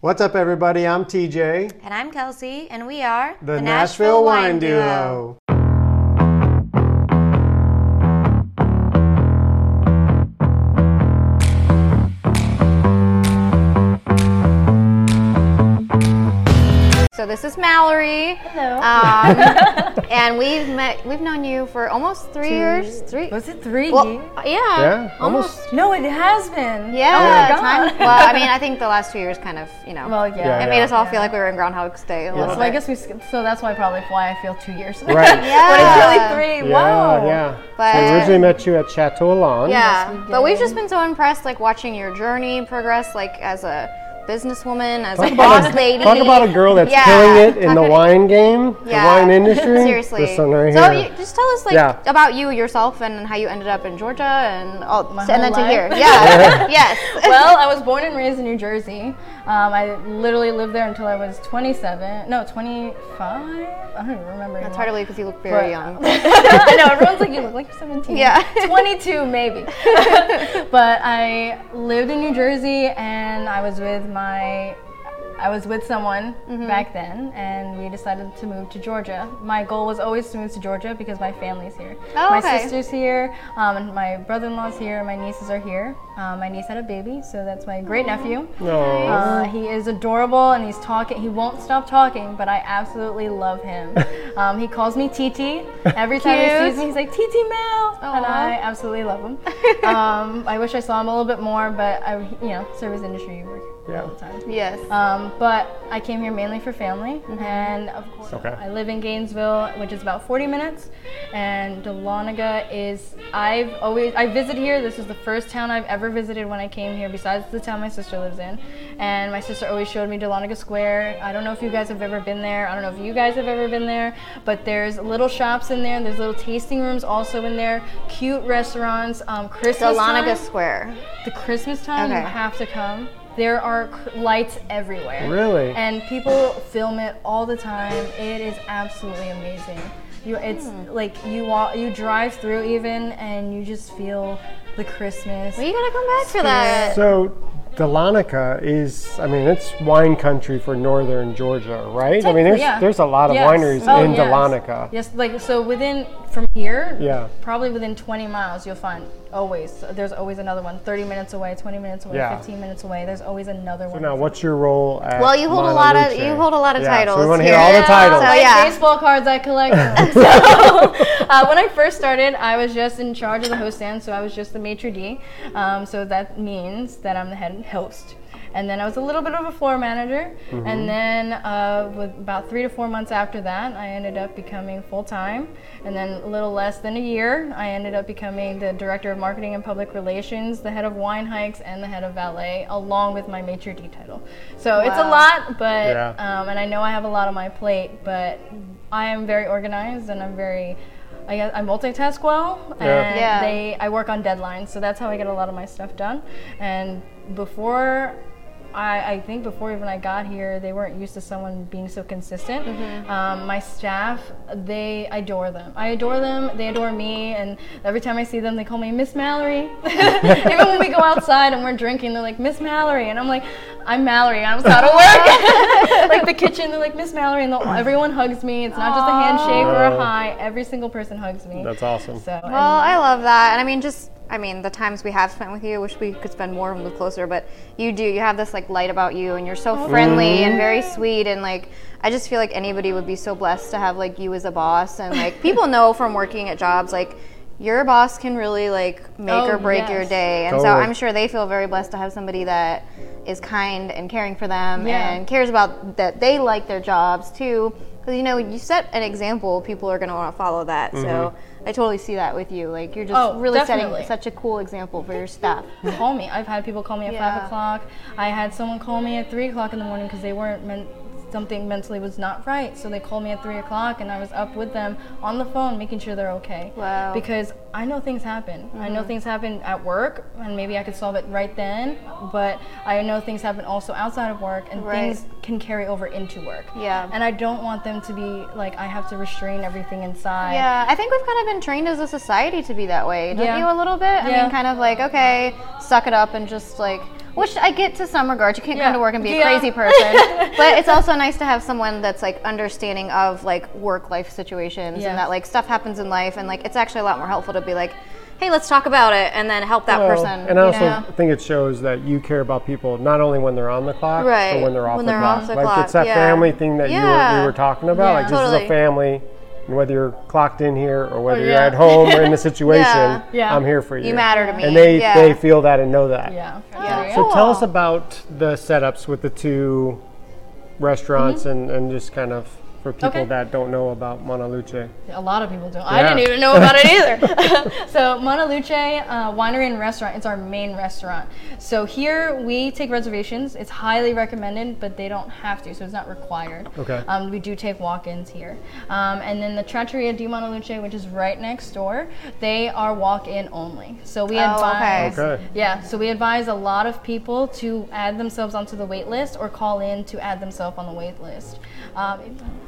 What's up, everybody? I'm TJ, And I'm Kelsey, and we are the, Nashville, Wine Duo. So this is Mallory. Hello. Um, and we've met, we've known you for almost three years. Three. Was it three well, years? yeah. Yeah, almost. No, it has been. Yeah. Oh my God. time- well, I mean, I think the last two years kind of, you know, Well, Yeah, yeah. it made us all feel like we were in Groundhog's Day a little So bit. I guess we. skipped- So that's why probably why I feel two years. Right. but it's really Yeah. three. Yeah, wow. yeah. But- we originally met you at Chateau Lawn. Yeah, Yes, we but we've did. just been so impressed, like watching your journey progress, like as a businesswoman, as Talk a boss about, a, lady. talk about a girl that's Yeah. killing it in Talk the about- wine game, Yeah. the wine industry. Seriously. This one right so here. you, just tell us, like, Yeah. about you yourself and how you ended up in Georgia and all, and whole then to life? here. Yeah. yes. well, I was born and raised in New Jersey. Um, I literally lived there until I was 27. No, 25. I don't even remember. It's anymore. hard to believe because you look very But- young. I know everyone's like, you look like you're 17. Yeah. 22 maybe. but I lived in New Jersey, and I was with my, I was with someone Mm-hmm. back then, and we decided to move to Georgia. My goal was always to move to Georgia because my family's here. Oh, my okay. sister's here, um, and my brother-in-law's here, and my nieces are here. Um, my niece had a baby, so that's my great nephew. Aw. Uh, he is adorable and he's talking. He won't stop talking, but I absolutely love him. um, he calls me TT. Every time he Cute. sees me, he's like, TT Mel. And Aw. I absolutely love him. um, I wish I saw him a little bit more, but I, you know, service industry, you work all Yeah. the time. yes. Um, but I came here mainly for family, and of course, Okay. I live in Gainesville, which is about 40 minutes, and Dahlonega is. I've always I visit here. This is the first town I've ever visited when I came here, besides the town my sister lives in. And my sister always showed me Dahlonega Square. I don't know if you guys have ever been there. I don't know if you guys have ever been there, but there's little shops in there. There's little tasting rooms also in there. Cute restaurants. Um, Christmas Dahlonega time- Square. the Christmas time, Okay. you have to come. There are cr- lights everywhere. Really? And people film it all the time. It is absolutely amazing. You, it's like you walk, you drive through even, and you just feel the Christmas. Well, you gotta come back for that. So, Dahlonega is, I mean, it's wine country for northern Georgia, right? I mean, there's yeah. there's a lot of Yes. wineries Oh, in yes. Dahlonega. Yes, like so within from here, Yeah. probably within 20 miles, you'll find always there's always another one. 30 minutes away, 20 minutes away, Yeah. 15 minutes away. There's always another one. Now, what's your role at Well, you hold a lot of- Monteluce? you hold a lot of Yeah, So titles we want to hear here. all the titles. So, I like yeah. baseball cards, I collect them. so, uh, when I first started, I was just in charge of the host stand, so I was just the maitre d'. Um, so that means that I'm the head host. And then I was a little bit of a floor manager. Mm-hmm. And then, uh, with about three to four months after that, I ended up becoming full time. And then, a little less than a year, I ended up becoming the director of marketing and public relations, the head of wine hikes, and the head of valet, along with my maitre d' title. So it's a Wow. lot, but Yeah. um, and I know I have a lot on my plate, but I am very organized and I'm very, I guess I multitask well. Yeah. And Yeah. they, I work on deadlines, so that's how I get a lot of my stuff done. And before, I, I think before even I got here, they weren't used to someone being so consistent. Um, my staff, they adore them. I adore them. They adore me. And every time I see them, they call me Miss Mallory. even when we go outside and we're drinking, they're like Miss Mallory, and I'm like, I'm Mallory. I'm just out of work. like the kitchen, they're like Miss Mallory, and they'll- everyone hugs me. It's not just a handshake or a Aw. hi. Every single person hugs me. That's awesome. So, and- Well, I love that, and I mean, just I mean, the times we have spent with you, I wish we could spend more and live closer. But you do, you have this like light about you, and you're Oh, so friendly and very sweet, and like I just feel like anybody would be so blessed to have like you as a boss, and like people know from working at jobs like. Your boss can really like make Oh, or break your yes. day, and so Totally. I'm sure they feel very blessed to have somebody that is kind and caring for them Yeah. and cares about that they like their jobs too. Because you know, you set an example, people are going to want to follow that. So I totally see that with you. Like you're just Oh, really definitely. setting such a cool example for your staff. call me. I've had people call me at Yeah. five o'clock. I had someone call me at three o'clock in the morning because they weren't meant. Something mentally was not right, so they called me at three o'clock, and I was up with them on the phone, making sure they're okay. Wow. Mm-hmm. Because I know things happen. I know things happen at work, and maybe I could solve it right then. But I know things happen also outside of work, and Right. things can carry over into work. Yeah. And I don't want them to be like I have to restrain everything inside. Yeah, I think we've kind of been trained as a society to be that way, don't Yeah. you? A little bit. I Yeah. mean, kind of like okay, suck it up and just like. Which I get to some regards. You can't Yeah. come to work and be a Yeah. crazy person, but it's also nice to have someone that's like understanding of like work life situations Yes. and that like stuff happens in life and like it's actually a lot more helpful to be like, hey, let's talk about it and then help that Well, person. And I you also know? think it shows that you care about people not only when they're on the clock, but Right. when they're off, When the, they're clock. off the like clock, it's that yeah. family thing that you were, Yeah. we were talking about. Yeah. Like this is a Totally. Oh, family, and whether you're clocked in here or whether you're yeah. at home or in the situation, Yeah. I'm here for you. you matter to me. And they yeah. they feel that and know that. Yeah. Yeah. So tell us Cool. about the setups with the two restaurants Mm-hmm. and, and just kind of for people Okay. that don't know about Montaluce. A lot of people don't. Yeah. I didn't even know about it either. so Montaluce uh, Winery and Restaurant, it's our main restaurant. So here we take reservations. It's highly recommended, but they don't have to, so it's not required. Okay. Um, we do take walk-ins here, um, and then the Trattoria di Montaluce, which is right next door, they are walk-in only. So we Oh, okay. advise. Okay. Yeah, so we advise a lot of people to add themselves onto the wait list or call in to add themselves on the wait list. Um,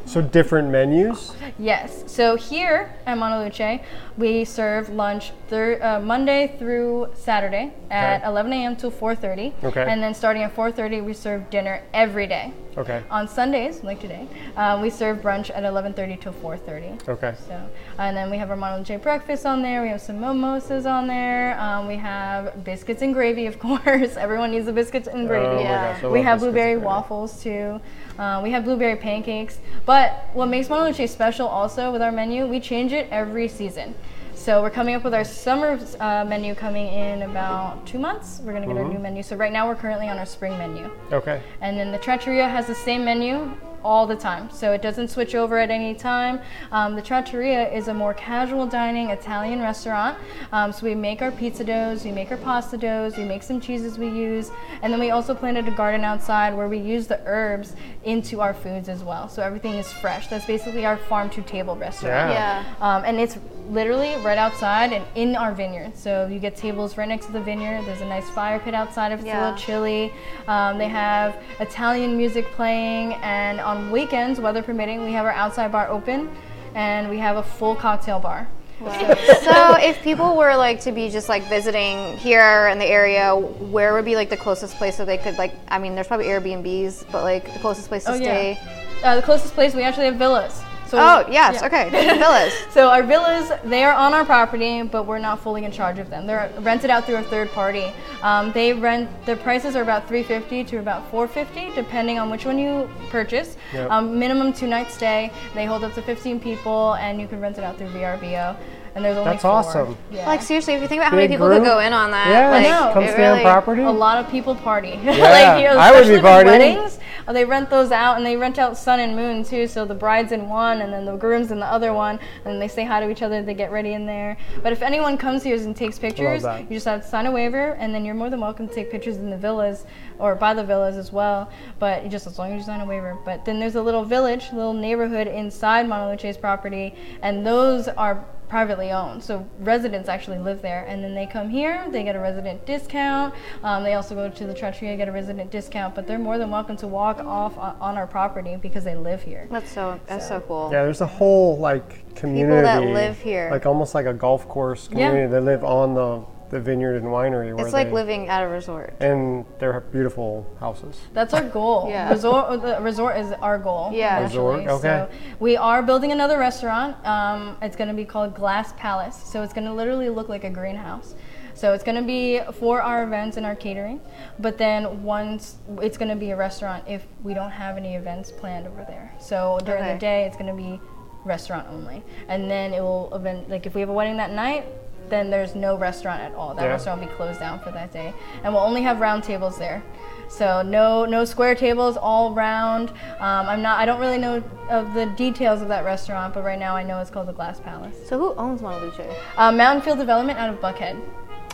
So different menus. Yes. So here at Montaluce, we serve lunch thir- uh, Monday through Saturday at Okay. 11 a.m. till 4:30. Okay. And then starting at 4:30, we serve dinner every day. Okay. On Sundays, like today, um, we serve brunch at 11:30 till 4:30. Okay. So, and then we have our Montaluce breakfast on there. We have some mimosas on there. Um, we have biscuits and gravy, of course. Everyone needs the biscuits and gravy. Oh my Yeah. gosh, I We love have biscuits and blueberry gravy. waffles too. Uh, we have blueberry pancakes. But what makes Montaluce special also with our menu, we change it every season. So we're coming up with our summer uh, menu coming in about two months. We're gonna get our new menu. So right now we're currently on our spring menu. Okay. And then the Trattoria has the same menu all the time, so it doesn't switch over at any time. Um, the Trattoria is a more casual dining Italian restaurant, um, so we make our pizza doughs, we make our pasta doughs, we make some cheeses we use, and then we also planted a garden outside where we use the herbs into our foods as well. So everything is fresh. That's basically our farm to table restaurant. Yeah. Yeah. Um, and it's literally right outside and in our vineyard. So you get tables right next to the vineyard. There's a nice fire pit outside if it's a Yeah. little chilly. Um, they have Italian music playing, and on weekends, weather permitting, we have our outside bar open, and we have a full cocktail bar. so if people were like to be just like visiting here in the area where would be like the closest place that they could like i mean there's probably airbnbs but like the closest Oh, place to stay Uh, the closest place we actually have villas. So oh yes yeah. okay villas So our villas, they are on our property, but we're not fully in charge of them. They're rented out through a third party. Um, they rent their prices are about 350 to about 450, depending on which one you purchase. Yep. Um, minimum two night stay. They hold up to 15 people, and you can rent it out through VRBO. And there's only That's four. awesome. Yeah. like seriously if you think about how many Big people group? could go in on that Yeah, like know. come it stay on really- property. a lot of people party. Yeah, like, you know, I would be especially with partying. Weddings, uh, they rent those out and they rent out sun and moon too. So the bride's in one and then the groom's in the other one. And they say hi to each other, they get ready in there. But if anyone comes here and takes pictures, that. you just have to sign a waiver and then you're more than welcome to take pictures in the villas or by the villas as well. But you just as long as you sign a waiver. But then there's a little village, little neighborhood inside Montaluce's property, and those are privately owned. So residents actually live there, and then they come here, they get a resident discount. Um, they also go to the Trattoria, get a resident discount, but they're more than welcome to walk off o- on our property because they live here. that's so that's so cool Yeah, there's a whole like community that live here. like almost like a golf course community. They live on the, the vineyard and winery. Where it's like they, living at a resort and they're beautiful houses. That's our goal. Yeah. Resort, uh, the resort is our goal. Yeah. Resort, actually. okay. So we are building another restaurant. Um, it's going to be called Glass Palace. So it's going to literally look like a greenhouse. So it's going to be for our events and our catering. But then once it's going to be a restaurant if we don't have any events planned over there. So during the Okay. day, it's going to be restaurant only. And then it will event like if we have a wedding that night. Then there's no restaurant at all. That Yeah. restaurant will be closed down for that day, and we'll only have round tables there. So no, no square tables, all round. Um, I'm not. I don't really know of the details of that restaurant, but right now I know it's called the Glass Palace. so who owns montaluce Uh, Mountain Field Development out of Buckhead.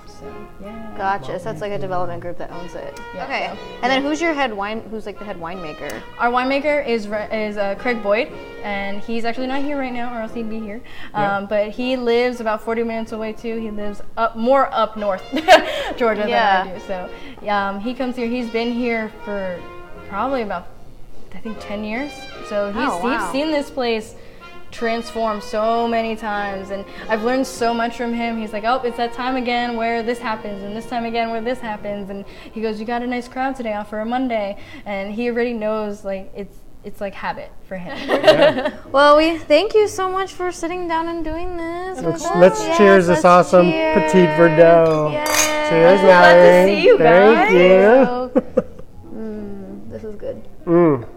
So yeah. gotcha so that's like a development group that owns it Yeah, okay so- and then who's your head wine who's like the head winemaker Our winemaker is Re- is uh, Craig Boyd, and he's actually not here right now, or else he'd be here. Um, But he lives about 40 minutes away too. He lives up more up north, Georgia Yeah. than I do. So um, he comes here. He's been here for probably about I think 10 years. So he's Oh, wow. he's seen this place transformed so many times, and I've learned so much from him. He's like, oh, it's that time again where this happens, and this time again where this happens, and he goes, you got a nice crowd today off for a Monday, and he already knows like it's it's like habit for him. Well, we thank you so much for sitting down and doing this. with Let's, us. let's Yes, cheers this let's awesome cheers. Petit Verdot. Yes. Cheers, glad to Mallory. see you Thank guys. you. This is good. Mm.